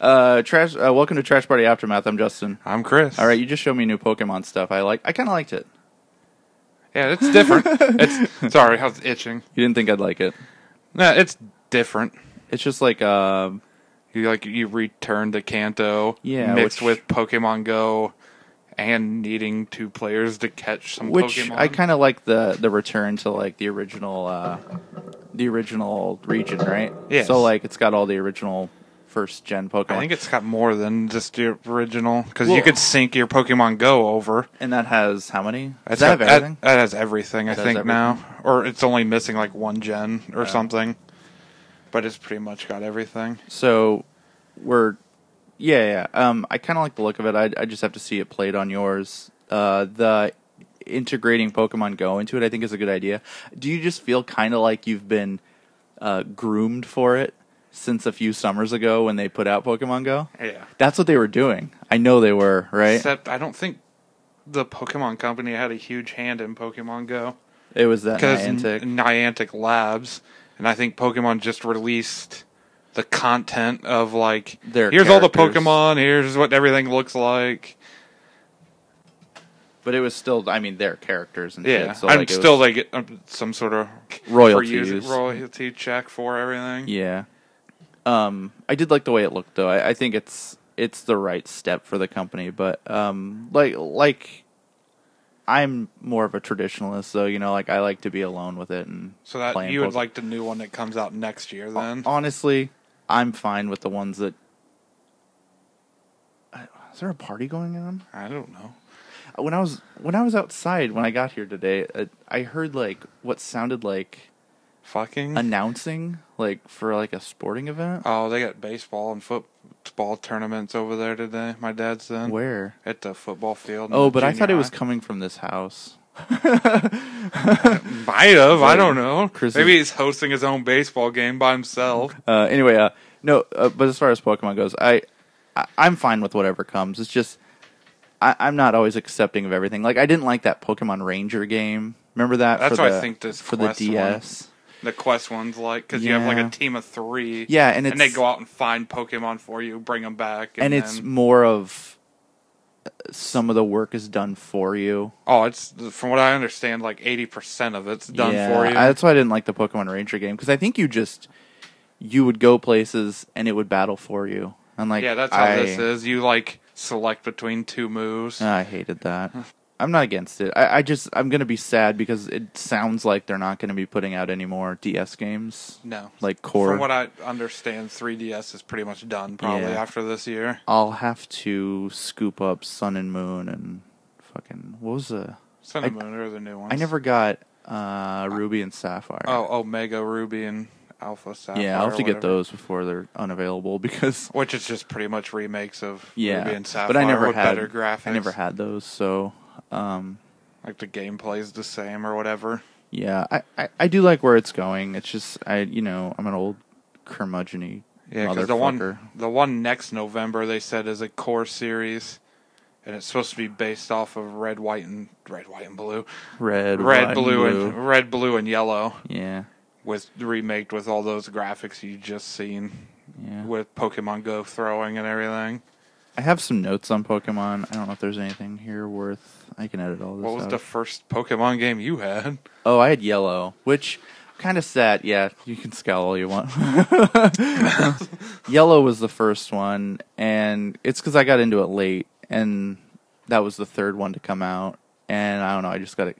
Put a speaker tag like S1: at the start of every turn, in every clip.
S1: Uh, trash. Uh, welcome to Trash Party Aftermath. I'm Justin.
S2: I'm Chris.
S1: All right, you just showed me new Pokemon stuff. I like. I kind of liked it.
S2: Yeah, it's different. it's sorry, I was itching.
S1: You didn't think I'd like it.
S2: No, it's different.
S1: It's just like um,
S2: You like you return to Kanto,
S1: Yeah,
S2: mixed
S1: which-
S2: with Pokemon Go, and needing two players to catch some
S1: which
S2: Pokemon.
S1: I kind of like the the return to like the original uh, the original region, right?
S2: Yes.
S1: So like it's got all the original first gen Pokemon,
S2: I think it's got more than just the original because
S1: Well-
S2: you could sync your Pokemon Go over.
S1: and that has how many? Does
S2: It's
S1: that have
S2: got-
S1: everything?
S2: That, that has everything, I
S1: does
S2: think now, or it's only missing like one gen or
S1: Oh.
S2: something. But it's pretty much got everything.
S1: so we're yeah, yeah. Um, I kind of like the look of it. I I just have to see it played on yours. Uh, the integrating Pokemon Go into it, I think, is a good idea. Do you just feel kind of like you've been uh, groomed for it since a few summers ago when they put out Pokemon Go?
S2: Yeah.
S1: That's what they were doing. I know they were, right?
S2: Except I don't think the Pokemon Company had a huge hand in Pokemon Go.
S1: it was that
S2: because
S1: Uh, Niantic.
S2: Niantic Labs, and I think Pokemon just released the content of like
S1: Their
S2: here's all the
S1: characters.
S2: Pokemon, here's what everything looks like.
S1: but it was still, I mean, their characters and
S2: Yeah,
S1: shit. So
S2: I'm
S1: like, it
S2: still
S1: was,
S2: they get um, some sort of
S1: Royalties.
S2: for use- royalty check for everything.
S1: Yeah. Um, I did like the way it looked, though. I, I think it's it's the right step for the company, but um, like like I'm more of a traditionalist, so you know, like I like to be alone with it and
S2: So that
S1: playing Oh.
S2: you would
S1: Pokemon.
S2: like the new one that comes out next year, then?
S1: honestly, I'm fine with the ones that. uh, Is there a party going on?
S2: I don't know.
S1: when I was when I was outside when I got here today, uh, I heard like what sounded like
S2: Fucking
S1: announcing like for like a sporting event.
S2: oh, they got baseball and football tournaments over there today. My dad's then
S1: Where?
S2: at the football field. in
S1: Oh,
S2: the
S1: but I
S2: junior
S1: thought it was
S2: high.
S1: coming from this house.
S2: Might have. I don't know.
S1: Chris
S2: Maybe
S1: is-
S2: he's hosting his own baseball game by himself.
S1: Uh, anyway, uh, no, uh, but as far as Pokemon goes, I, I I'm fine with whatever comes. It's just I, I'm not always accepting of everything. Like I didn't like that Pokemon Ranger game. Remember that?
S2: That's
S1: for
S2: what I
S1: the-
S2: think this
S1: for the
S2: Quest one-
S1: DS.
S2: The quest ones, like, because you have
S1: Yeah.
S2: like a team of three.
S1: Yeah, and it's-
S2: they go out and find Pokemon for you, bring them back,
S1: And
S2: and,
S1: it's
S2: then-
S1: more of uh, some of the work is done for you.
S2: oh, it's from what I understand, like eighty percent of it's done
S1: Yeah,
S2: for you.
S1: I- that's why I didn't like the Pokemon Ranger game because I think you just you would go places and it would battle for you. And like,
S2: yeah, that's how
S1: I, Uh,
S2: this is. You like select between two moves.
S1: Ah, I hated that. I'm not against it. I, I just I'm gonna be sad because it sounds like they're not gonna be putting out any more DS games.
S2: no,
S1: Like core.
S2: From what I understand, 3DS is pretty much done probably
S1: Yeah.
S2: after this year.
S1: I'll have to scoop up Sun and Moon and fucking what was the?
S2: Sun and Moon are the new ones.
S1: I never got uh Ruby and Sapphire.
S2: Oh, Omega Ruby and Alpha Sapphire.
S1: yeah, I'll have to
S2: or
S1: get
S2: whatever.
S1: those before they're unavailable because
S2: which is just pretty much remakes of
S1: yeah,
S2: Ruby and Sapphire
S1: but I never
S2: with
S1: had
S2: better graphics.
S1: I never had those, so um,
S2: like the gameplay's the same or whatever.
S1: yeah, I, I, I do like where it's going. It's just I you know I'm an old curmudgeon
S2: Yeah, because the one the one next November they said is a core series, and it's supposed to be based off of Red, White, and Red, White, and Blue,
S1: red,
S2: Red,
S1: white,
S2: blue, and Red, Blue, and Yellow
S1: yeah,
S2: with remade with all those graphics you just seen
S1: yeah.
S2: with Pokemon Go throwing and everything.
S1: I have some notes on Pokemon. I don't know if there's anything here worth. I can edit all this.
S2: What was
S1: out.
S2: the first Pokemon game you had?
S1: oh, I had yellow, which kind of sad. Yeah, you can scowl all you want. yellow was the first one, and it's because I got into it late, and that was the third one to come out. And I don't know. I just got it.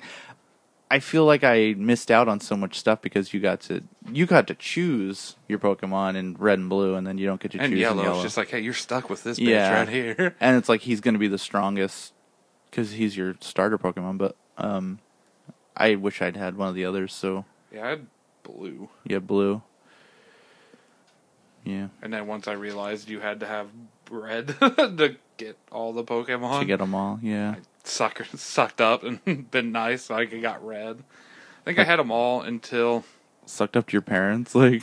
S1: I feel like I missed out on so much stuff because you got to you got to choose your Pokemon in red and blue, and then you don't get to
S2: And
S1: choose
S2: Yellow,
S1: in yellow.
S2: it's just like, hey, you're stuck with this bitch
S1: Yeah.
S2: right here.
S1: and it's like he's going to be the strongest because he's your starter Pokemon. But um, I wish I'd had one of the others. So
S2: Yeah, I had Blue.
S1: yeah, blue. Yeah,
S2: And then once I realized you had to have bread to get all the Pokemon,
S1: to get them all. Yeah,
S2: sucker sucked up and been nice, like I got red. I think I had them all until
S1: sucked up to your parents. Like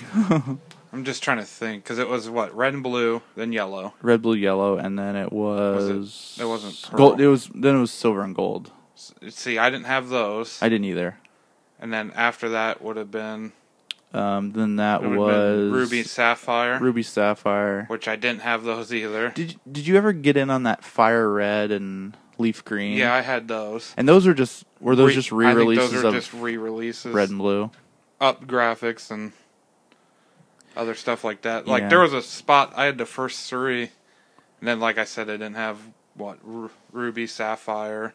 S2: I'm just trying to think because it was what red and blue, then yellow.
S1: red, blue, yellow, and then it was.
S2: it wasn't pearl.
S1: gold. It was then it was silver and gold.
S2: S- See, I didn't have those,
S1: I didn't either.
S2: and then after that would have been
S1: Um, then that
S2: It would've
S1: was
S2: been Ruby Sapphire,
S1: Ruby Sapphire.
S2: which I didn't have those either.
S1: Did Did you ever get in on that Fire Red and Leaf Green?
S2: Yeah, I had those.
S1: and those are just were those just
S2: Re- I think
S1: re-releases
S2: Those are
S1: of
S2: just re-releases.
S1: Red and Blue?
S2: up graphics and other stuff like that. Like
S1: Yeah.
S2: there was a spot I had the first three, and then like I said, I didn't have what Ru ruby, sapphire,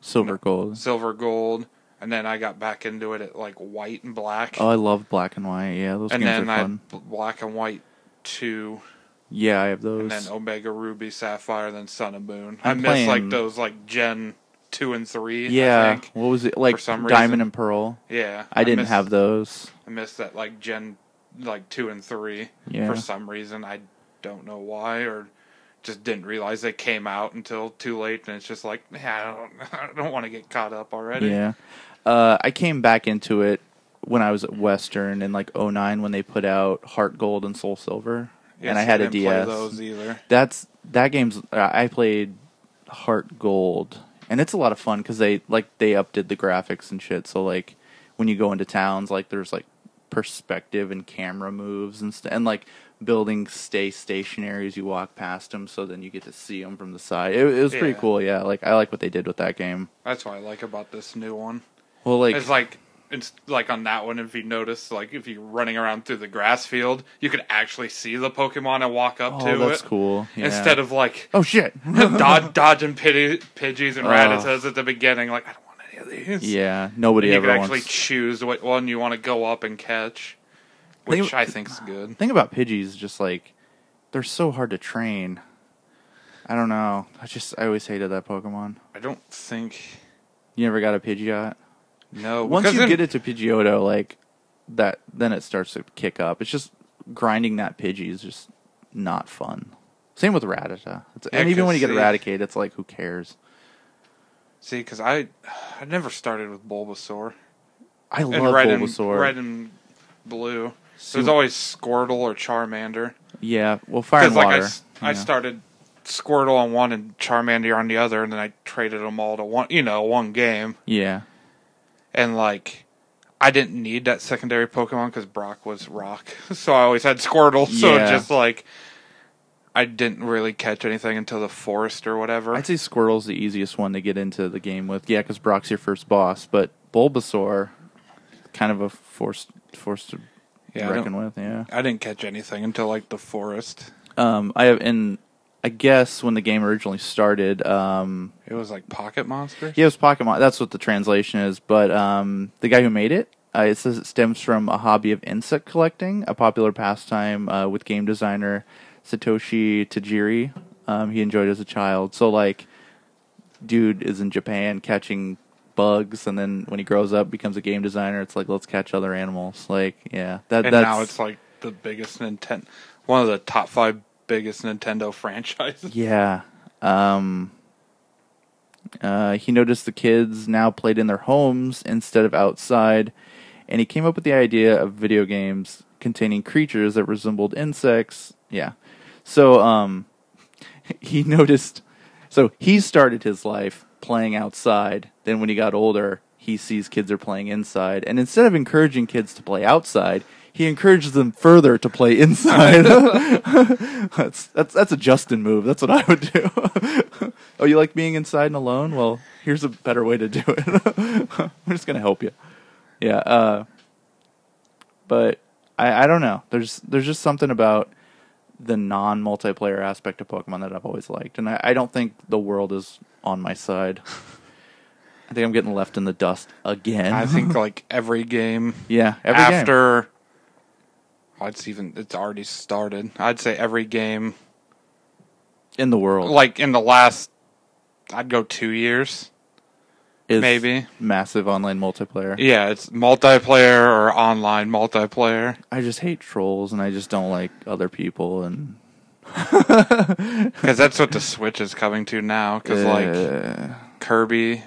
S1: Silver Gold.
S2: silver, gold, and then I got back into it at like white and black,
S1: Oh, I love black and white. Yeah, those
S2: and
S1: games
S2: then
S1: are
S2: I
S1: fun.
S2: had bl- black and white two,
S1: Yeah, I have
S2: and
S1: those.
S2: then omega, ruby, sapphire, then sun and moon. i
S1: I'm
S2: missed
S1: playing-
S2: like those like Gen two and three. I
S1: yeah,
S2: think.
S1: what was it like?
S2: For some
S1: Diamond
S2: reason.
S1: and Pearl.
S2: yeah.
S1: I, didn't
S2: missed-
S1: have those.
S2: I missed that like Gen like two and three
S1: Yeah.
S2: for some reason. I don't know why or just didn't realize they came out until too late, and it's just like man, I don't I don't want to get caught up already.
S1: Yeah, uh, I came back into it when I was at Western in like 09 when they put out Heart Gold and Soul Silver,
S2: Yeah,
S1: and I
S2: so
S1: had a
S2: didn't play
S1: DS.
S2: those either.
S1: That's that game's. Uh, I played Heart Gold, and it's a lot of fun because they like they updid the graphics and shit. So like when you go into towns, like there's like perspective and camera moves and st- and like buildings stay stationary as you walk past them. So then you get to see them from the side. It, it was pretty
S2: Yeah.
S1: cool. Yeah, like I like what they did with that game.
S2: That's what I like about this new one.
S1: Well, like
S2: it's like it's like on that one. If you notice, like if you're running around through the grass field, you could actually see the Pokemon and walk up
S1: oh,
S2: to
S1: that's
S2: it
S1: cool. Yeah.
S2: instead of like
S1: oh shit.
S2: dod- dodging pidge- Pidgeys and
S1: Oh.
S2: Rattatas at the beginning. Like I don't want any of these.
S1: yeah, nobody
S2: you
S1: ever
S2: can actually
S1: wants.
S2: choose what one you want to go up and catch,
S1: They-
S2: which I think's good.
S1: The thing about Pidgeys is just like they're so hard to train. I don't know. I just I always hated that Pokemon.
S2: I don't think
S1: You never got a Pidgeot.
S2: no.
S1: Once
S2: because
S1: you
S2: then-
S1: get it to Pidgeotto, like that, then it starts to kick up. It's just grinding that Pidgey is just not fun. Same with Rattata. It's, and
S2: Yeah,
S1: even when you
S2: 'cause
S1: get
S2: see-
S1: Eradicate, it's like who cares?
S2: see, because I I never started with Bulbasaur
S1: I love
S2: and red
S1: Bulbasaur.
S2: and red and blue.
S1: See-
S2: There's always Squirtle or Charmander.
S1: yeah, well, Fire and
S2: like I
S1: Water.
S2: s- I,
S1: yeah.
S2: started Squirtle on one and Charmander on the other, and then I traded them all to one, you know, one game,
S1: Yeah,
S2: and like. I didn't need that secondary Pokemon because Brock was Rock, so I always had Squirtle. So
S1: Yeah.
S2: just like I didn't really catch anything until the forest or whatever.
S1: I'd say Squirtle's the easiest one to get into the game with. Yeah, because Brock's your first boss, but Bulbasaur, kind of a force force to
S2: Yeah, I
S1: reckon
S2: don't-
S1: with. Yeah.
S2: I didn't catch anything until like the forest.
S1: Um, I have, and I guess when the game originally started, um,
S2: It was like Pocket Monster.
S1: yeah, it was Pokemon. That's what the translation is. But um, the guy who made it, uh, it says it stems from a hobby of insect collecting, a popular pastime uh, with game designer Satoshi Tajiri. Um, he enjoyed as a child. So like, dude is in Japan catching bugs, and then when he grows up, becomes a game designer. It's like let's catch other animals. Like, yeah, that
S2: and
S1: that's
S2: now it's like the biggest Nintendo, one of the top five biggest Nintendo franchises.
S1: Yeah. Um, uh, he noticed the kids now played in their homes instead of outside, and he came up with the idea of video games containing creatures that resembled insects. Yeah. So um, he noticed. So he started his life playing outside. Then when he got older, he sees kids are playing inside, and instead of encouraging kids to play outside, he encourages them further to play inside. that's that's that's a Justin move. That's what I would do. oh, you like being inside and alone? Well, here's a better way to do it. I'm just gonna help you. Yeah. Uh, but I I don't know. There's there's just something about the non multiplayer aspect of Pokemon that I've always liked, and I, I don't think the world is on my side. I think I'm getting left in the dust again.
S2: I think like every game
S1: yeah, every game.
S2: after. Oh, it's even it's already started. I'd say every game
S1: in the world,
S2: like in the last, I'd go two years.
S1: is
S2: maybe.
S1: massive online multiplayer.
S2: Yeah, it's multiplayer or online multiplayer.
S1: I just hate trolls, and I just don't like other people, and
S2: Because that's what the Switch is coming to now. Because like
S1: Uh,
S2: Kirby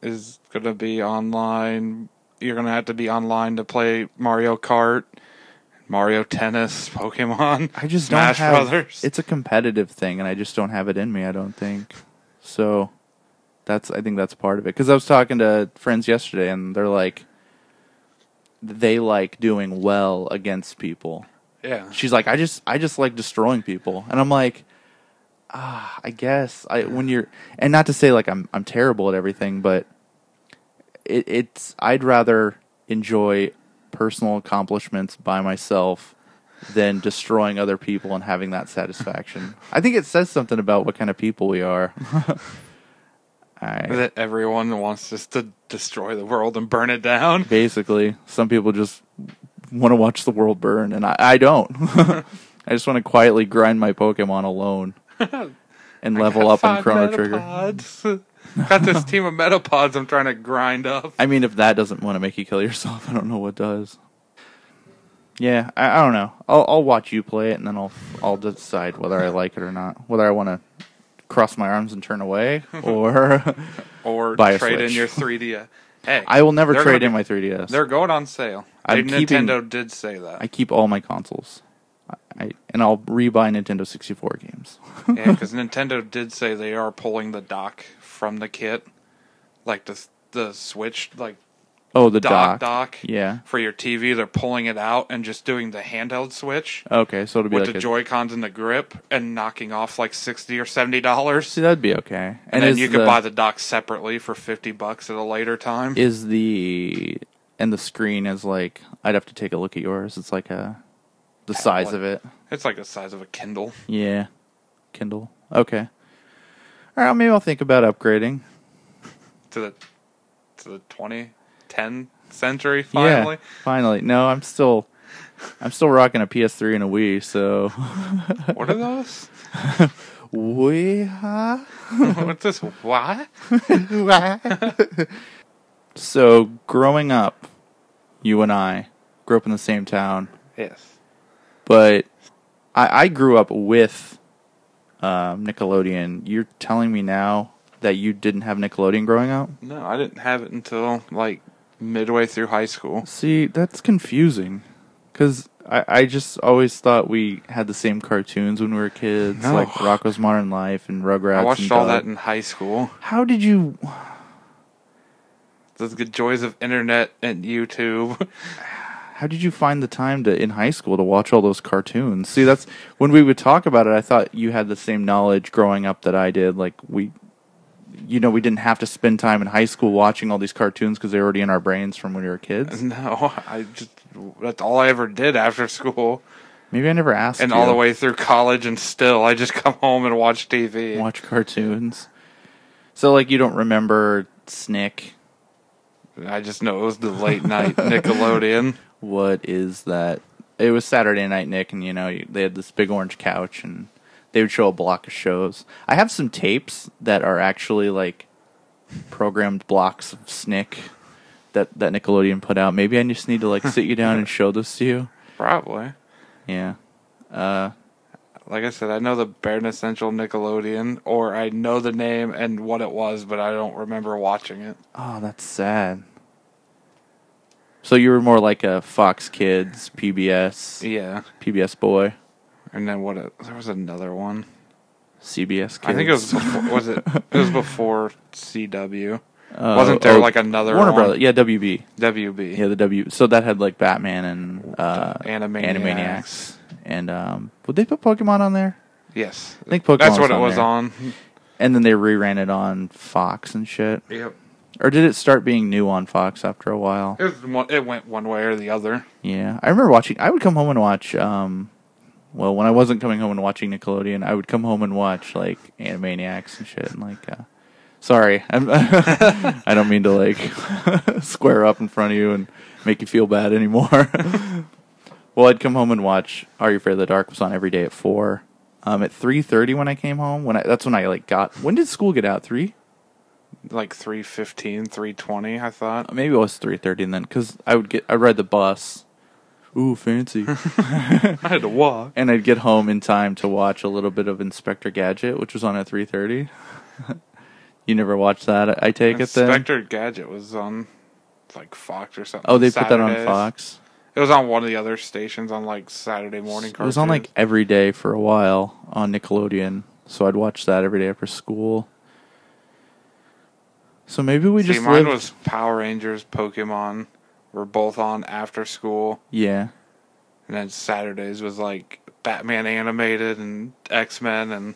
S2: is gonna be online. You're gonna have to be online to play Mario Kart, Mario Tennis, Pokemon.
S1: I just
S2: Smash
S1: don't have.
S2: Brothers.
S1: It's a competitive thing, and I just don't have it in me. I don't think so. That's I think that's part of it. Because I was talking to friends yesterday, and they're like, they like doing well against people.
S2: Yeah.
S1: She's like, I just I just like destroying people, and I'm like, ah, I guess I when you're and not to say like I'm I'm terrible at everything, but it, it's I'd rather enjoy personal accomplishments by myself than destroying other people and having that satisfaction. I think it says something about what kind of people we are. I,
S2: That everyone wants just to destroy the world and burn it down.
S1: basically some people just want to watch the world burn and i, I don't i just want to quietly grind my pokemon alone and level up on
S2: Five
S1: chrono trigger
S2: Metapods. Got this team of metapods I'm trying to grind up.
S1: i mean if that doesn't want to make you kill yourself i don't know what does yeah i, I don't know I'll, I'll watch you play it and then i'll i'll decide whether i like it or not whether i want to cross my arms and turn away or
S2: Or
S1: Buy a
S2: trade in
S1: Switch.
S2: your 3D. Hey,
S1: i will never
S2: They're
S1: trade
S2: gonna
S1: in
S2: be-
S1: my 3ds
S2: they're going on sale.
S1: I'm
S2: They-
S1: keeping-
S2: Nintendo did say that.
S1: i keep all my consoles I, I, and i'll rebuy nintendo 64 games
S2: yeah, because Nintendo did say they are pulling the dock from the kit, like the the Switch, like
S1: Oh, the
S2: dock
S1: dock.
S2: dock
S1: Yeah.
S2: for your TV. They're pulling it out and just doing the handheld Switch
S1: Okay, so it'll be
S2: with
S1: like
S2: the
S1: a,
S2: Joy Cons and the grip, and knocking off like sixty or seventy dollars.
S1: See, that'd be okay. And,
S2: And, then
S1: is
S2: you could buy the dock separately for fifty bucks at a later time.
S1: is the and the screen is like I'd have to take a look at yours. It's like a the size
S2: what-
S1: of it.
S2: it's like the size of a Kindle.
S1: Yeah, Kindle. Okay. All right, maybe I'll think about upgrading.
S2: to the to the 20 10 century
S1: Finally.
S2: finally
S1: Yeah, finally. No, I'm still I'm still rocking a PS3 and a Wii. So
S2: what are those
S1: Wii. huh?
S2: what's this why
S1: So growing up, you and I grew up in the same town.
S2: yes
S1: but I, I grew up with um, Nickelodeon. You're telling me now that you didn't have Nickelodeon growing up?
S2: no i didn't have it until like midway through high school
S1: See, that's confusing because I, I just always thought we had the same cartoons when we were kids,
S2: No.
S1: like Rocco's Modern Life and Rugrats.
S2: i watched
S1: and
S2: all
S1: Doug.
S2: that in high school
S1: How did you?
S2: the good joys of internet and youtube
S1: How did you find the time to in high school to watch all those cartoons? See, that's when we would talk about it. I thought you had the same knowledge growing up that I did. Like we, you know, we didn't have to spend time in high school watching all these cartoons because they're already in our brains from when we were kids.
S2: no i just that's all i ever did after school
S1: Maybe I never asked.
S2: and all
S1: you.
S2: the way through college and still i just come home and watch tv
S1: watch cartoons. So like you don't remember Snick?
S2: i just know it was the late night nickelodeon
S1: What is that? It was Saturday Night Nick, and you know you- they had this big orange couch, and they would show a block of shows. I have some tapes that are actually like programmed blocks of Snick that that Nickelodeon put out. Maybe I just need to like sit you down and show this to you.
S2: probably
S1: Yeah. Uh,
S2: like I said, I know the Bare Essential Nickelodeon, or I know the name and what it was, but I don't remember watching it.
S1: oh, that's sad. So you were more like a Fox Kids, PBS,
S2: Yeah,
S1: PBS Boy,
S2: and then what? It, there was another one.
S1: CBS Kids.
S2: I think it was before, was it? It was before CW.
S1: Uh,
S2: wasn't there
S1: oh,
S2: like another
S1: Warner
S2: one?
S1: Brothers? Yeah, WB.
S2: WB?
S1: Yeah, the W. So that had like Batman and uh,
S2: Animaniacs.
S1: Animaniacs, and um, would they put Pokemon on there?
S2: Yes,
S1: I think Pokemon.
S2: that's what it was
S1: there.
S2: on.
S1: And then they reran it on Fox and shit.
S2: Yep,
S1: Or did it start being new on Fox after a while?
S2: it was one, it went one way or the other.
S1: Yeah, I remember watching. I would come home and watch. Um, well, when I wasn't coming home and watching Nickelodeon, I would come home and watch like Animaniacs and shit. And like, uh, sorry, I'm, I don't mean to like square up in front of you and make you feel bad anymore. well, I'd come home and watch Are You Afraid of the Dark was on every day at four. Um, at three thirty when I came home, when I that's when I like got. When did school get out? Three?
S2: Like 315, 320, I thought.
S1: Maybe it was three thirty, and then because I would get I ride the bus. Ooh, fancy.
S2: I had to walk.
S1: and I'd get home in time to watch a little bit of Inspector Gadget, which was on at three thirty. you never watched that? I- I take it then.
S2: Inspector Gadget was on like Fox or something.
S1: Oh, they put that on
S2: Saturdays.
S1: Fox.
S2: It was on one of the other stations on like Saturday morning.
S1: It was on like
S2: cartoons.
S1: every day for a while on Nickelodeon, so I'd watch that every day after school. So maybe we
S2: See,
S1: just
S2: mine
S1: lived-
S2: was Power Rangers, Pokemon, were both on after school,
S1: Yeah.
S2: and then Saturdays was like Batman animated and X Men and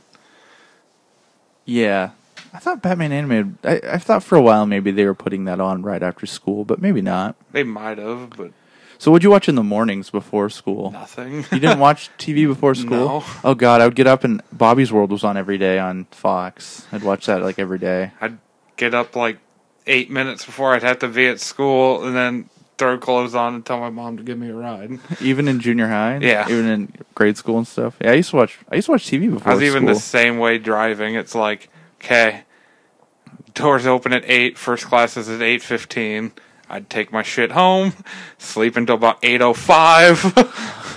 S1: Yeah. I thought Batman Animated. I, I thought for a while maybe they were putting that on right after school, but maybe not.
S2: they might have, but
S1: So, what'd you watch in the mornings before school?
S2: nothing.
S1: You didn't watch TV before school?
S2: No.
S1: Oh, God. I would get up and Bobby's World was on every day on Fox. I'd watch that like every day.
S2: I'd get up like eight minutes before I'd have to be at school, and then throw clothes on and tell my mom to give me a ride.
S1: Even in junior high?
S2: Yeah.
S1: Even in grade school and stuff? Yeah, I used to watch I used to watch TV before
S2: I was even
S1: school.
S2: the same way driving. It's like, okay, doors open at eight. First class is at eight fifteen. I'd take my shit home, sleep until about eight oh five.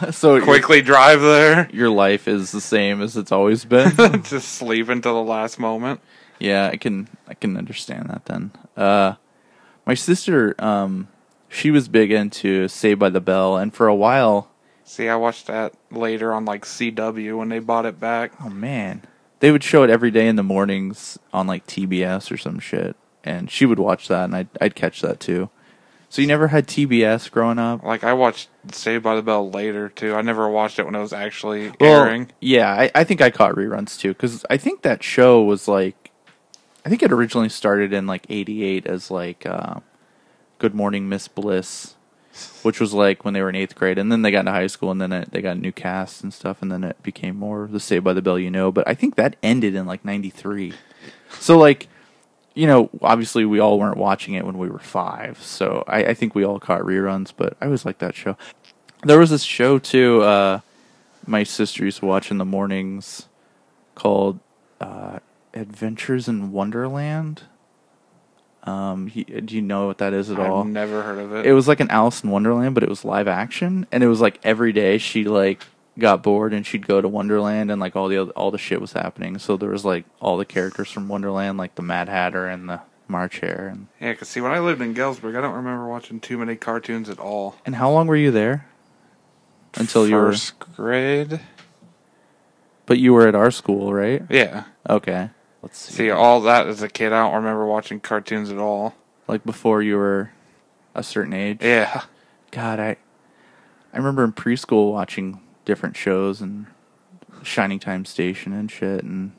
S1: so, your,
S2: Quickly drive there,
S1: your life is the same as it's always been?
S2: just sleep until the last moment.
S1: Yeah, I can I can understand that then. Uh my sister um she was big into Saved by the Bell and for a while,
S2: See, I watched that later on like CW when they bought it back.
S1: oh man, they would show it every day in the mornings on like TBS or some shit and she would watch that and I'd I'd catch that too. So you never had TBS growing up?
S2: Like I watched Saved by the Bell later too. I never watched it when it was actually airing.
S1: Well, yeah, I, I think I caught reruns too cuz I think that show was like I think it originally started in like 88 as like uh, Good Morning Miss Bliss, which was like when they were in 8th grade and then they got into high school and then it, they got a new cast and stuff and then it became more the Saved by the Bell you know, but I think that ended in like 93. So like you know, obviously we all weren't watching it when we were five, so I, I think we all caught reruns. But I always liked that show. There was this show too. Uh, my sister used to watch in the mornings called uh, Adventures in Wonderland. Um, he, do you know what that is at all?
S2: I've never heard of it.
S1: it was like an Alice in Wonderland, but it was live action, and it was like every day she like got bored and she'd go to Wonderland, and like all the other, all the shit was happening. So there was like all the characters from Wonderland, like the Mad Hatter and the March Hare. And,
S2: yeah, because see, when I lived in Galesburg, I don't remember watching too many cartoons at all.
S1: and how long were you there? Until you were,
S2: first grade.
S1: but you were at our school, right?
S2: Yeah.
S1: Okay, let's see.
S2: See, uh, all that as a kid, I don't remember watching cartoons at all.
S1: Like before you were a certain age.
S2: Yeah.
S1: God, I I remember in preschool watching different shows and Shining Time Station and shit and.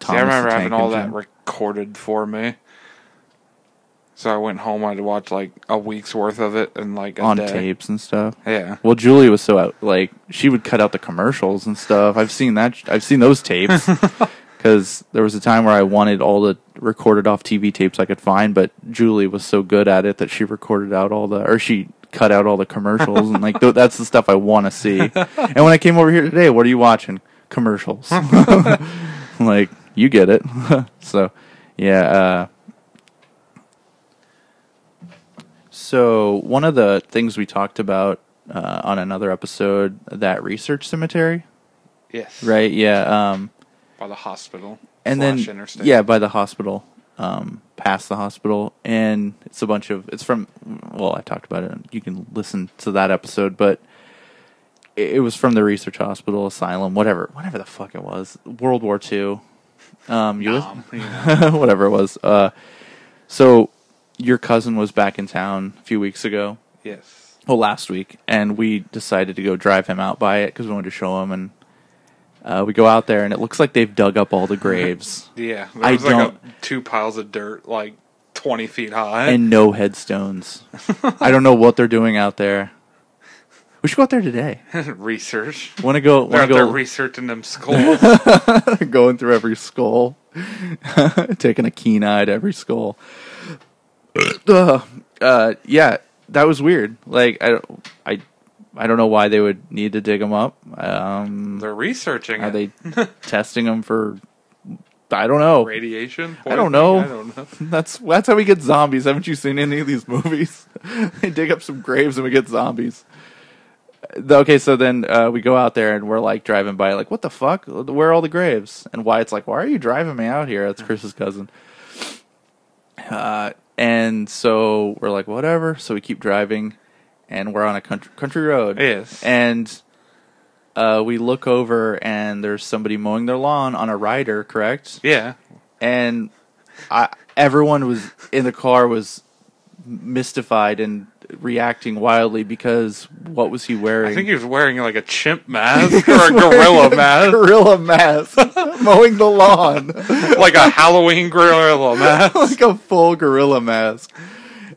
S2: See, I
S1: Thomas the
S2: remember having
S1: Tank
S2: all
S1: Engine.
S2: that recorded for me. So I went home. I'd watch like a week's worth of it in like a
S1: on
S2: day.
S1: tapes and stuff.
S2: Yeah.
S1: Well, Julie was so out, like she would cut out the commercials and stuff. I've seen that. I've seen those tapes because there was a time where I wanted all the recorded off TV tapes I could find, but Julie was so good at it that she recorded out all the or she cut out all the commercials and like th- that's the stuff I want to see. And when I came over here today, what are you watching? Commercials. like you get it. so, yeah. Uh, So one of the things we talked about uh, on another episode, that research cemetery,
S2: Yes.
S1: right? Yeah, um,
S2: By the hospital.
S1: and
S2: slash
S1: then
S2: interstate.
S1: yeah, by the hospital, um, past the hospital, and it's a bunch of it's from. Well, I talked about it. and You can listen to that episode, but it, it was from the research hospital, asylum, whatever, whatever the fuck it was, World War Two. Um, you
S2: Um, you know.
S1: whatever it was. Uh, so your cousin was back in town a few weeks ago.
S2: yes.
S1: well last week and we decided to go drive him out by it because we wanted to show him and uh, we go out there and it looks like they've dug up all the graves
S2: Yeah. There
S1: I
S2: was like
S1: don't-
S2: a, two piles of dirt, like twenty feet high.
S1: and no headstones i don't know what they're doing out there we should go out there today
S2: research.
S1: want to go
S2: They're
S1: want
S2: out there
S1: to
S2: researching them skulls.
S1: go going through every skull taking a keen eye to every skull Ugh. uh, yeah that was weird like i don't i i don't know why they would need to dig them up um
S2: They're researching
S1: Are
S2: it.
S1: they testing them for? I don't know.
S2: radiation?
S1: I don't know.
S2: I don't know.
S1: That's that's how we get zombies. Haven't you seen any of these movies? they dig up some graves and we get zombies. Uh, Okay, so then uh, we go out there and we're like driving by, like, what the fuck? Where are all the graves? And Wyatt's like, why are you driving me out here? That's Chris's cousin. Uh, and so we're like, whatever. So we keep driving, and we're on a country country road.
S2: Yes.
S1: And uh, we look over, and there's somebody mowing their lawn on a rider, correct?
S2: Yeah.
S1: And I, everyone was in the car was mystified and reacting wildly because what was he wearing?
S2: I think he was wearing like a chimp mask or a gorilla mask,
S1: gorilla mask, mowing the lawn
S2: like a Halloween gorilla mask.
S1: like a full gorilla mask.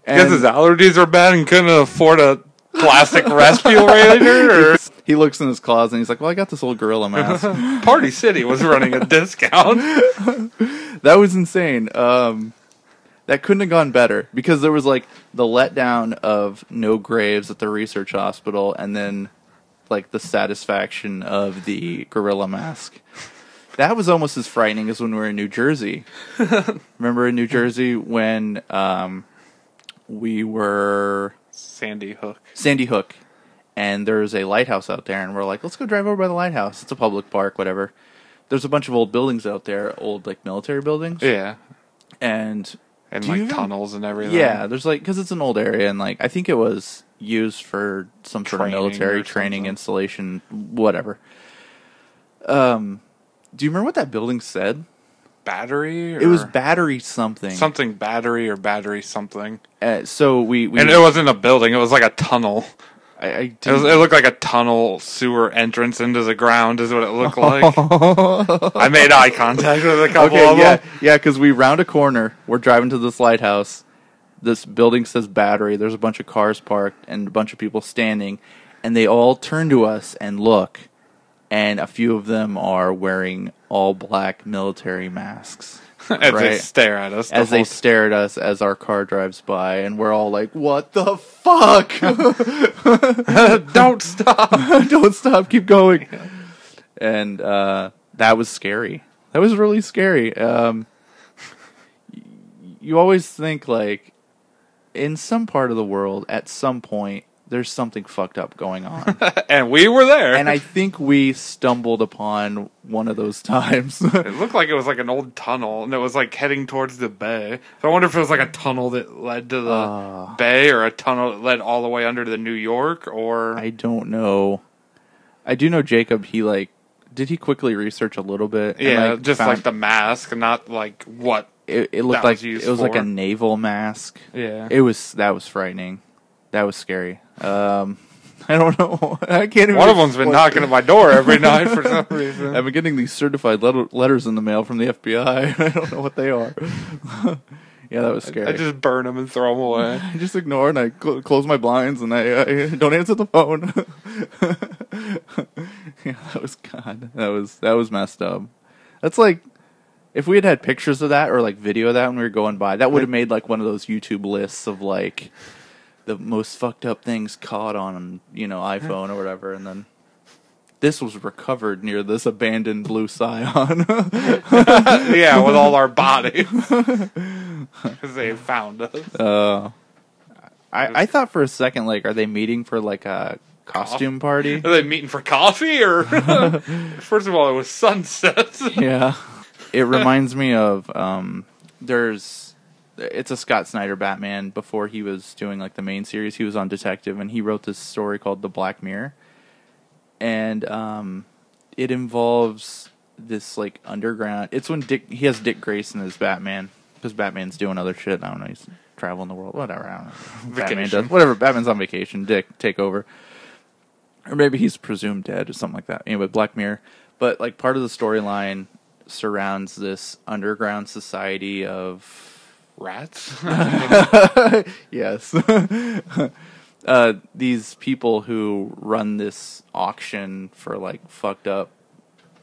S2: Guess his
S1: And
S2: allergies are bad and couldn't afford a plastic respirator.
S1: he looks in his closet and he's like, "Well, I got this old gorilla mask."
S2: Or Party City was running a discount.
S1: that was insane. Um, that couldn't have gone better because there was like the letdown of no graves at the research hospital, and then like the satisfaction of the gorilla mask. That was almost as frightening as when we were in New Jersey. Remember in New Jersey when um, we were
S2: Sandy Hook.
S1: Sandy Hook, and there's a lighthouse out there, and we're like, let's go drive over by the lighthouse. It's a public park, whatever. There's a bunch of old buildings out there, old like military buildings,
S2: Yeah.
S1: and
S2: And
S1: Do
S2: like
S1: you even-
S2: tunnels and everything.
S1: yeah, there's like because it's an old area, and like I think it was used for some sort
S2: Training
S1: of military
S2: or
S1: training
S2: something.
S1: installation, whatever. Um, do you remember what that building said?
S2: Battery or
S1: It was battery something.
S2: something battery or battery something.
S1: Uh, so we, we
S2: And it wasn't a building, it was like a tunnel.
S1: I, I
S2: It, was,
S1: didn't-
S2: it looked like a tunnel sewer entrance into the ground is what it looked like. I made eye contact with a couple
S1: okay,
S2: of
S1: yeah,
S2: them.
S1: yeah, because we round a corner, we're driving to this lighthouse. This building says battery. There's a bunch of cars parked and a bunch of people standing, and they all turn to us and look, and a few of them are wearing all black military masks
S2: As they
S1: Right.
S2: stare at us. the
S1: as they
S2: whole
S1: stare at us as our car drives by, and we're all like, "What the fuck?
S2: time. Don't stop.
S1: Don't stop, keep going!" And uh, that was scary. That was really scary. Um, y- you always think like, in some part of the world, at some point, there's something fucked up going on,
S2: And we were there.
S1: and I think we stumbled upon one of those times.
S2: It looked like it was like an old tunnel, and it was like heading towards the bay. So I wonder if it was like a tunnel that led to the
S1: Ah.
S2: bay, or a tunnel that led all the way under to New York, or
S1: I don't know. I do know Jacob. He like did he quickly research a little bit? and,
S2: yeah, just
S1: found-
S2: like the mask, not like what.
S1: it, it looked
S2: that
S1: like
S2: was used
S1: it was like
S2: for.
S1: a naval mask.
S2: Yeah,
S1: It was that was frightening. That was scary. Um, I don't know. I can't. Even
S2: one of them's been
S1: explain-
S2: knocking at my door every night for some reason.
S1: I've been getting these certified let- letters in the mail from the FBI. I don't know what they are. yeah, that was scary.
S2: I just burn them and throw them away.
S1: I just ignore and I cl- close my blinds and I, I don't answer the phone. yeah, that was God. That was that was messed up. That's like if we had had pictures of that or like video of that when we were going by, that would have made like one of those YouTube lists of like the most fucked up things caught on you know iPhone or whatever, and then. This was recovered near this abandoned blue scion.
S2: yeah, with all our bodies, 'Cause they found us.
S1: uh, I, I thought for a second, like, are they meeting for like a costume party?
S2: Are they meeting for coffee or? First of all, it was sunset.
S1: yeah. It reminds me of um there's it's a Scott Snyder Batman before he was doing like the main series he was on Detective and he wrote this story called The Black Mirror. And um it involves this like underground it's when Dick he has Dick Grayson as Batman because Batman's doing other shit. I don't know, he's traveling the world, whatever. I don't know. Batman
S2: Vacation.
S1: does whatever, Batman's on vacation, Dick take over or maybe he's presumed dead or something like that. Anyway, Black Mirror, but like part of the storyline surrounds this underground society of
S2: Rats.
S1: yes, uh, these people who run this auction for like fucked up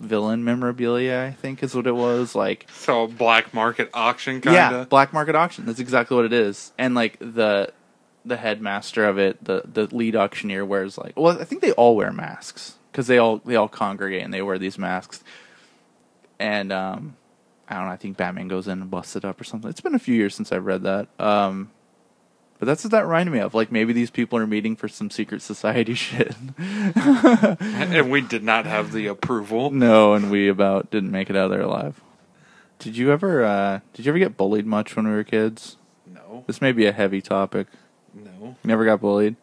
S1: villain memorabilia. I think is what it was like.
S2: So a black market auction kind
S1: Yeah,
S2: of.
S1: black market auction. That's exactly what it is. And like the the headmaster of it, the the lead auctioneer wears like well, I think they all wear masks because they all they all congregate and they wear these masks. And um, I don't know. I think Batman goes in and busts it up or something. It's been a few years since I've read that. Um, but that's what that reminded me of. Like maybe these people are meeting for some secret society shit.
S2: And we did not have the approval.
S1: no, and we about didn't make it out of there alive. Did you ever uh, did you ever get bullied much when we were kids?
S2: No.
S1: This may be a heavy topic.
S2: No.
S1: You never got bullied.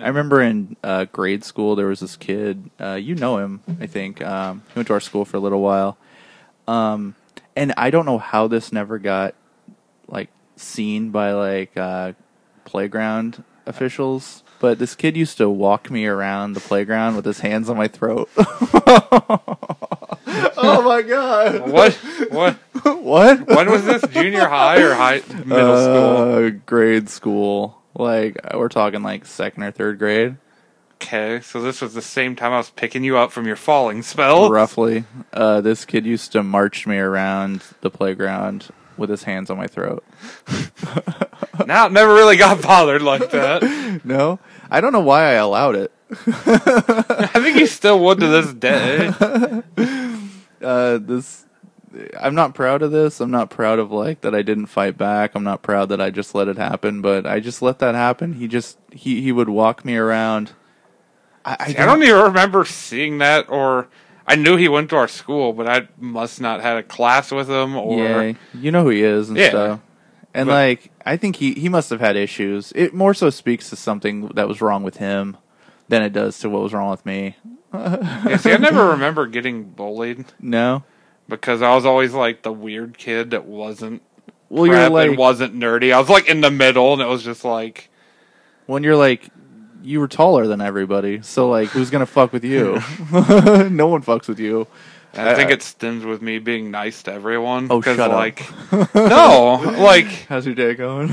S1: I remember in uh, grade school there was this kid. Uh, you know him, I think. Um, he went to our school for a little while, um, and I don't know how this never got like seen by like uh, playground officials, but this kid used to walk me around the playground with his hands on my throat. oh my god!
S2: What? What?
S1: What?
S2: When was this? Junior high or high middle school?
S1: Uh, grade school. Like we're talking like second or third grade,
S2: Okay, so this was the same time I was picking you up from your falling spell.
S1: roughly. Uh, this kid used to march me around the playground with his hands on my throat.
S2: Now, never really got bothered like that.
S1: No, I don't know why I allowed it.
S2: I think you still would to this day.
S1: uh, this I'm not proud of this. I'm not proud of like that I didn't fight back. I'm not proud that I just let it happen, but I just let that happen. He just he he would walk me around. I, I,
S2: See, I don't even remember seeing that, or I knew he went to our school, but I must not had a class with him, or
S1: yeah, you know who he is and
S2: Yeah.
S1: stuff. And
S2: But-
S1: like I think he he must have had issues. It more so speaks to something that was wrong with him than it does to what was wrong with me.
S2: Yeah, see, I never remember getting bullied
S1: No.
S2: because I was always like the weird kid that wasn't
S1: Well,
S2: prep
S1: you're like
S2: and wasn't nerdy. I was like in the middle, and it was just like
S1: when you're like you were taller than everybody, so like who's gonna fuck with you? no one fucks with you.
S2: I think
S1: Uh,
S2: it stems with me being nice to everyone.
S1: Oh,
S2: 'cause,
S1: shut up.
S2: like, no, like
S1: How's your day going?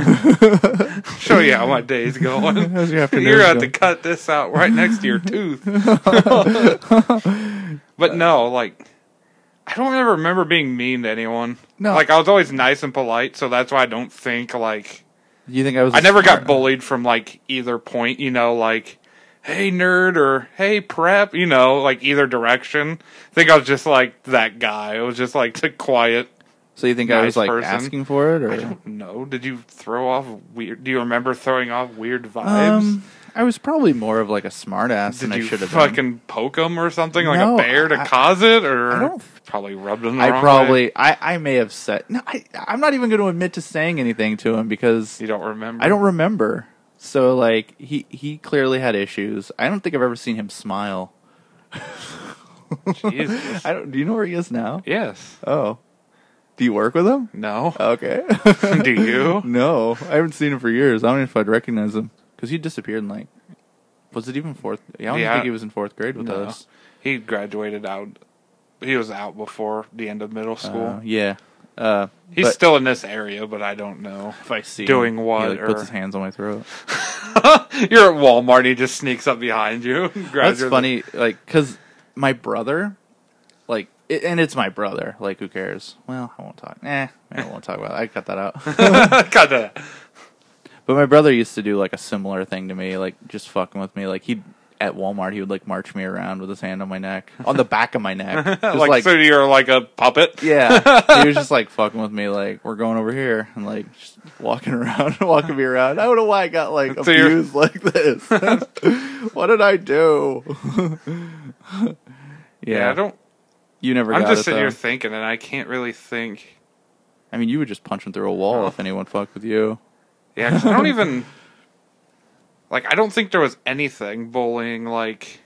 S2: show you how my day's going.
S1: How's your afternoon?
S2: You're gonna have to
S1: going?
S2: cut this out right next to your tooth. but no, like I don't ever remember being mean to anyone.
S1: No.
S2: Like I was always nice and polite, so that's why I don't think like
S1: You think I was?
S2: I never got
S1: bold.
S2: bullied from like either point, you know, like hey nerd or hey prep, you know, like either direction. I think I was just like that guy. It was just like the quiet
S1: So you think I
S2: nice
S1: was like
S2: person.
S1: asking for it,
S2: I
S1: or
S2: don't know. Did you throw off weird? Do you remember throwing off weird vibes?
S1: um, I was probably more of like a smartass than
S2: Did
S1: I
S2: you
S1: should have
S2: fucking
S1: been.
S2: poke him or something like
S1: No,
S2: a bear to
S1: I-
S2: cause it, or
S1: I don't-
S2: probably rubbed him. The
S1: I
S2: wrong way?
S1: probably, I, I may have said. No, I, I'm not even going to admit to saying anything to him because
S2: you don't remember.
S1: I don't remember. So like he, he clearly had issues. I don't think I've ever seen him smile.
S2: Jesus.
S1: I don't. Do you know where he is now?
S2: yes.
S1: Oh, do you work with him?
S2: No.
S1: Okay.
S2: Do you?
S1: No, I haven't seen him for years. I don't even know if I'd recognize him because he disappeared in like, was it even fourth? I don't
S2: Yeah.
S1: think he was in fourth grade with
S2: No.
S1: us.
S2: He graduated out. He was out before the end of middle school.
S1: Uh, yeah. Uh,
S2: He's
S1: but
S2: still in this area, but I don't know.
S1: if I see
S2: doing
S1: him,
S2: what
S1: He like,
S2: or-
S1: puts his hands on my throat.
S2: You're at Walmart. and He just sneaks up behind you. and
S1: That's
S2: grabs your-
S1: funny, like because my brother, like, it, and it's my brother. Like, who cares? Well, I won't talk. Eh, I won't talk about. it. I cut that out.
S2: Cut that.
S1: But my brother used to do like a similar thing to me, like just fucking with me. Like he'd at Walmart, he would like march me around with his hand on my neck, on the back of my neck, just
S2: Like, so, you're like a puppet.
S1: yeah, he was just like fucking with me, like we're going over here, and like just walking around, walking me around. I don't know why I got like
S2: So you're-
S1: abused like this. what did I do? yeah,
S2: Yeah, I don't.
S1: you never.
S2: I'm
S1: got
S2: just
S1: it,
S2: sitting here
S1: though.
S2: thinking, and I can't really think.
S1: I mean, you would just punch him through a
S2: Oh.
S1: wall if anyone fucked with you.
S2: Yeah, 'cause I don't even like. I don't think there was anything bullying like,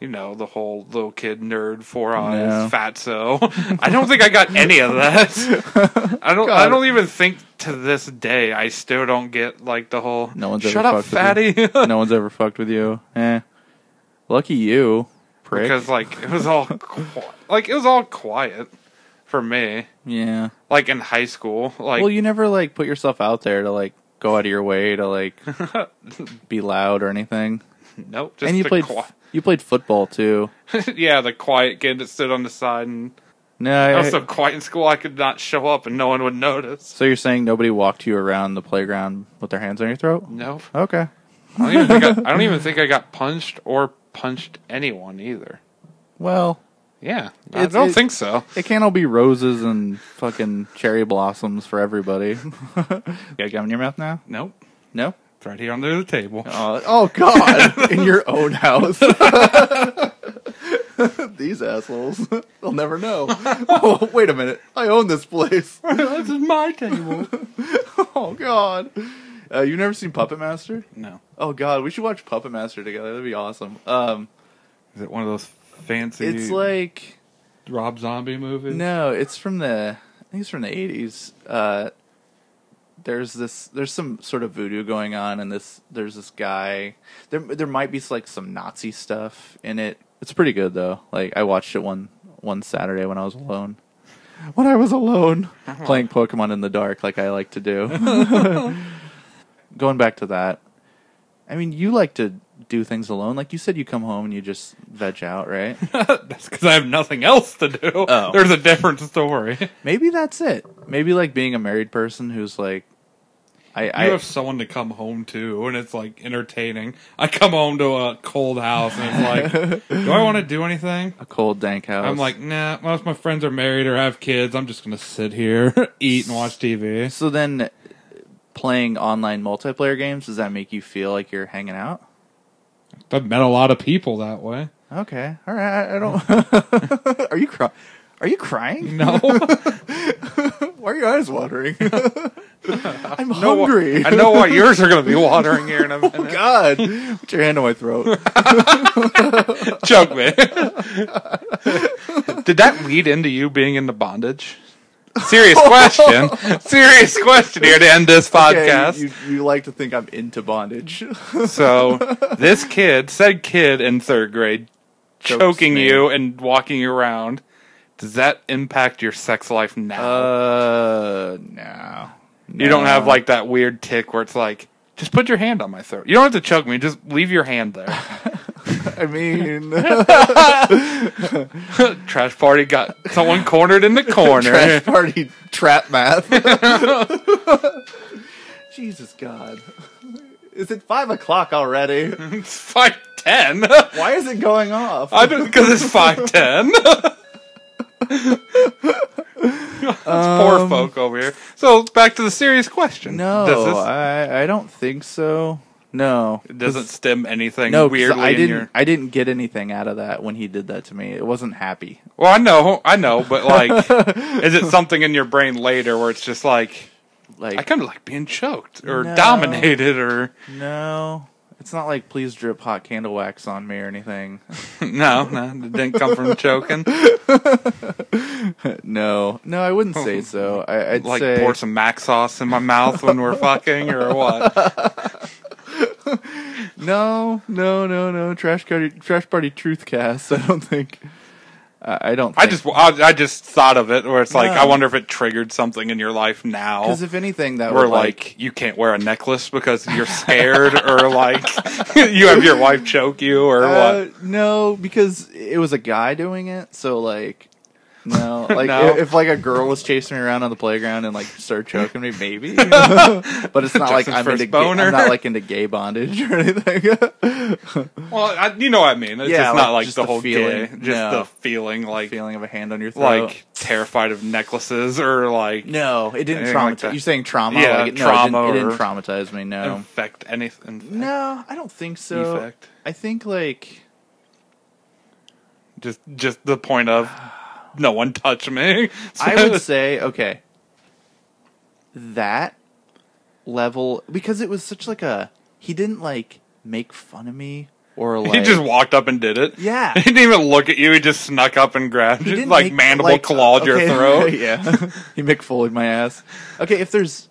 S2: you know, the whole little kid nerd four eyes
S1: No.
S2: fatso. I don't think I got any of that. I don't. I
S1: God.
S2: don't even think to this day I still don't get like the whole.
S1: No one's ever
S2: shut up,
S1: fucked with
S2: fatty.
S1: no one's ever fucked with you. Eh, lucky you, prick.
S2: because like it was all qui- like it was all quiet for me.
S1: yeah.
S2: Like in high school, like
S1: well, you never like put yourself out there to like go out of your way to like be loud or anything.
S2: nope. Just
S1: and you
S2: the
S1: played
S2: qui-
S1: you played football too.
S2: yeah, the quiet kid that stood on the side and.
S1: No, I,
S2: I was so quiet in school I could not show up and no one would notice.
S1: so you're saying nobody walked you around the playground with their hands on your throat?
S2: No,
S1: Okay.
S2: I don't even think I, I don't even think I got punched or punched anyone either.
S1: Well,
S2: Yeah, I
S1: It's-
S2: don't
S1: it-
S2: think so.
S1: it can't all be roses and fucking cherry blossoms for everybody. you got gum in your mouth now?
S2: Nope,
S1: No.
S2: it's right here under the table.
S1: Uh, oh God! in your own house. These assholes. They'll never know. Oh, wait a minute. I own this place.
S2: this is my table.
S1: Oh God! Uh, you never seen Puppet Master?
S2: No,
S1: Oh God, we should watch Puppet Master together. That'd be awesome. Um,
S2: is it one of those fancy
S1: it's like
S2: Rob Zombie movies?
S1: no, it's from the I think it's from the eighties. Uh, there's this there's some sort of voodoo going on and this there's this guy there there might be like some Nazi stuff in it. It's pretty good though. Like I watched it one one Saturday when I was alone. When I was alone playing Pokemon in the dark like I like to do. going back to that. I mean, you like to do things alone. Like you said you come home and you just veg out, right?
S2: That's because I have nothing else to do.
S1: Oh.
S2: There's a different story.
S1: Maybe that's it. Maybe like being a married person who's like I I
S2: you have someone to come home to, and it's like entertaining. I come home to a cold house, and it's like, do I want to do anything?
S1: a cold dank house.
S2: I'm like, nah. Most of my friends are married or have kids. I'm just gonna sit here, eat, and watch TV.
S1: So then, uh, playing online multiplayer games does that make you feel like you're hanging out?
S2: I've met a lot of people that way.
S1: Okay, all right. I I don't. are you cry? Are you crying?
S2: No,
S1: Why are your eyes watering? I'm hungry.
S2: I know what yours are gonna be watering here in a
S1: Oh,
S2: minute.
S1: God, put your hand on my throat.
S2: Choke me. Did that lead into you being in the bondage? Serious question. Serious question here to end this podcast.
S1: Okay, you, you, you like to think I'm into bondage.
S2: So this kid, said kid in third grade,
S1: Chokes
S2: choking
S1: me.
S2: you and walking you around. Does that impact your sex life now?
S1: uh, no.
S2: you don't have like that weird tick where it's like, just put your hand on my throat. You don't have to choke me. Just leave your hand there.
S1: I mean,
S2: Trash party got someone cornered in the corner.
S1: trash party trap math. Jesus God. Is it five o'clock already?
S2: It's five ten.
S1: Why is it going off?
S2: I don't because it's five ten. poor folk over here. So back to the serious question.
S1: Um, no,
S2: Does this-
S1: I, I don't think so. No,
S2: It doesn't stem anything
S1: no. 'cause
S2: weirdly
S1: I
S2: in
S1: didn't.
S2: your.
S1: I didn't get anything out of that when he did that to me. It wasn't happy.
S2: Well, I know, I know, but like, is it something in your brain later where it's just like
S1: Like
S2: I kind of like being choked or
S1: No.
S2: dominated or
S1: no, it's not like please drip hot candle wax on me or anything.
S2: no, no, it didn't come from choking.
S1: no, no, I wouldn't say so. I, I'd
S2: Like
S1: say
S2: pour some mac sauce in my mouth when we're fucking or what?
S1: no, no, no, no. Trash party, trash party, truth cast. I don't think. I I don't.
S2: I
S1: think-
S2: just, I, I just thought of it where it's like I
S1: No.
S2: wonder if it triggered something in your life now.
S1: Because if anything, that
S2: Where
S1: would like,
S2: like you can't wear a necklace because you're scared, or like you have your wife choke you, or
S1: uh,
S2: what?
S1: no, because it was a guy doing it. So like, no, like
S2: No.
S1: If, if, like a girl was chasing me around on the playground and like started choking me, maybe. but it's not like
S2: Justin's
S1: I'm
S2: first
S1: into gay,
S2: boner.
S1: I'm not like into gay bondage or anything.
S2: Well, I, you know what I mean. It's
S1: Yeah,
S2: just
S1: like,
S2: not like
S1: just
S2: the
S1: the
S2: whole
S1: feeling.
S2: feeling. just
S1: No.
S2: the feeling like
S1: Feeling of a hand on your throat.
S2: like terrified of necklaces or like
S1: no, it didn't
S2: Anything like
S1: traumatize.
S2: that.
S1: You're saying trauma?
S2: Yeah,
S1: like, it- no,
S2: trauma
S1: It didn't,
S2: or-
S1: it didn't traumatize me. No.
S2: infect anything.
S1: No, I don't think so.
S2: Effect.
S1: I think like
S2: Just just the point of no one touch me.
S1: I would say okay. That level because it was such like a he didn't like make fun of me or like
S2: he just walked up and did it.
S1: yeah.
S2: He didn't even look at you. He just snuck up and grabbed
S1: He
S2: you,
S1: didn't
S2: like
S1: make-
S2: mandible
S1: like,
S2: clawed your
S1: okay,
S2: throat.
S1: yeah, he McFoleyed my ass. Okay, if there's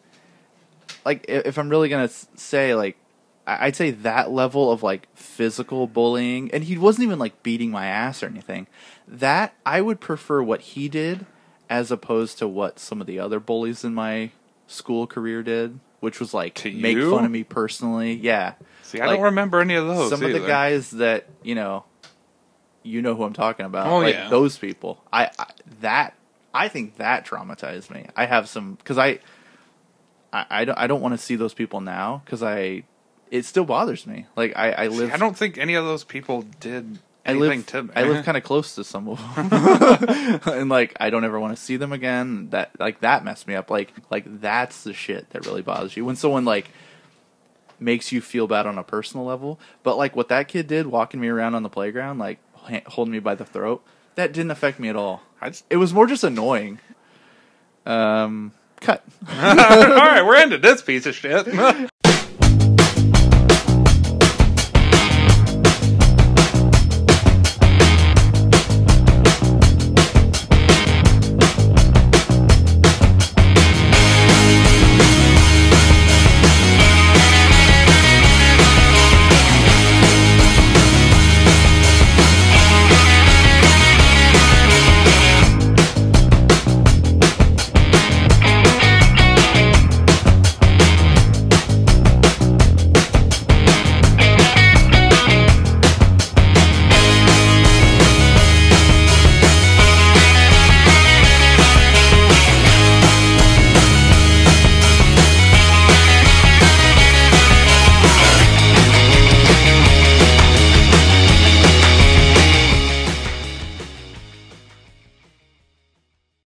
S1: like i- if I'm really gonna s- say like I- I'd say that level of like physical bullying, and he wasn't even like beating my ass or anything. That I would prefer what he did as opposed to what some of the other bullies in my school career did, which was like
S2: To
S1: make
S2: you?
S1: fun of me personally. Yeah,
S2: See, I
S1: Like,
S2: don't remember any of those.
S1: some of the
S2: either.
S1: guys that you know you know who i'm talking about
S2: Oh,
S1: like
S2: yeah.
S1: those people I, I that i think that traumatized me i have some because I, I i don't i don't want to see those people now because i it still bothers me like i i
S2: See,
S1: live
S2: I don't think any of those people did
S1: I
S2: anything
S1: live,
S2: to me.
S1: I
S2: Uh-huh.
S1: live kind of close to some of them, and like I don't ever want to see them again. That like that messed me up. Like like that's the shit that really bothers you when someone like makes you feel bad on a personal level. But like what that kid did, walking me around on the playground, like ha- holding me by the throat, that didn't affect me at all.
S2: I just,
S1: It was more just annoying. Um, cut.
S2: all right, we're into this piece of shit.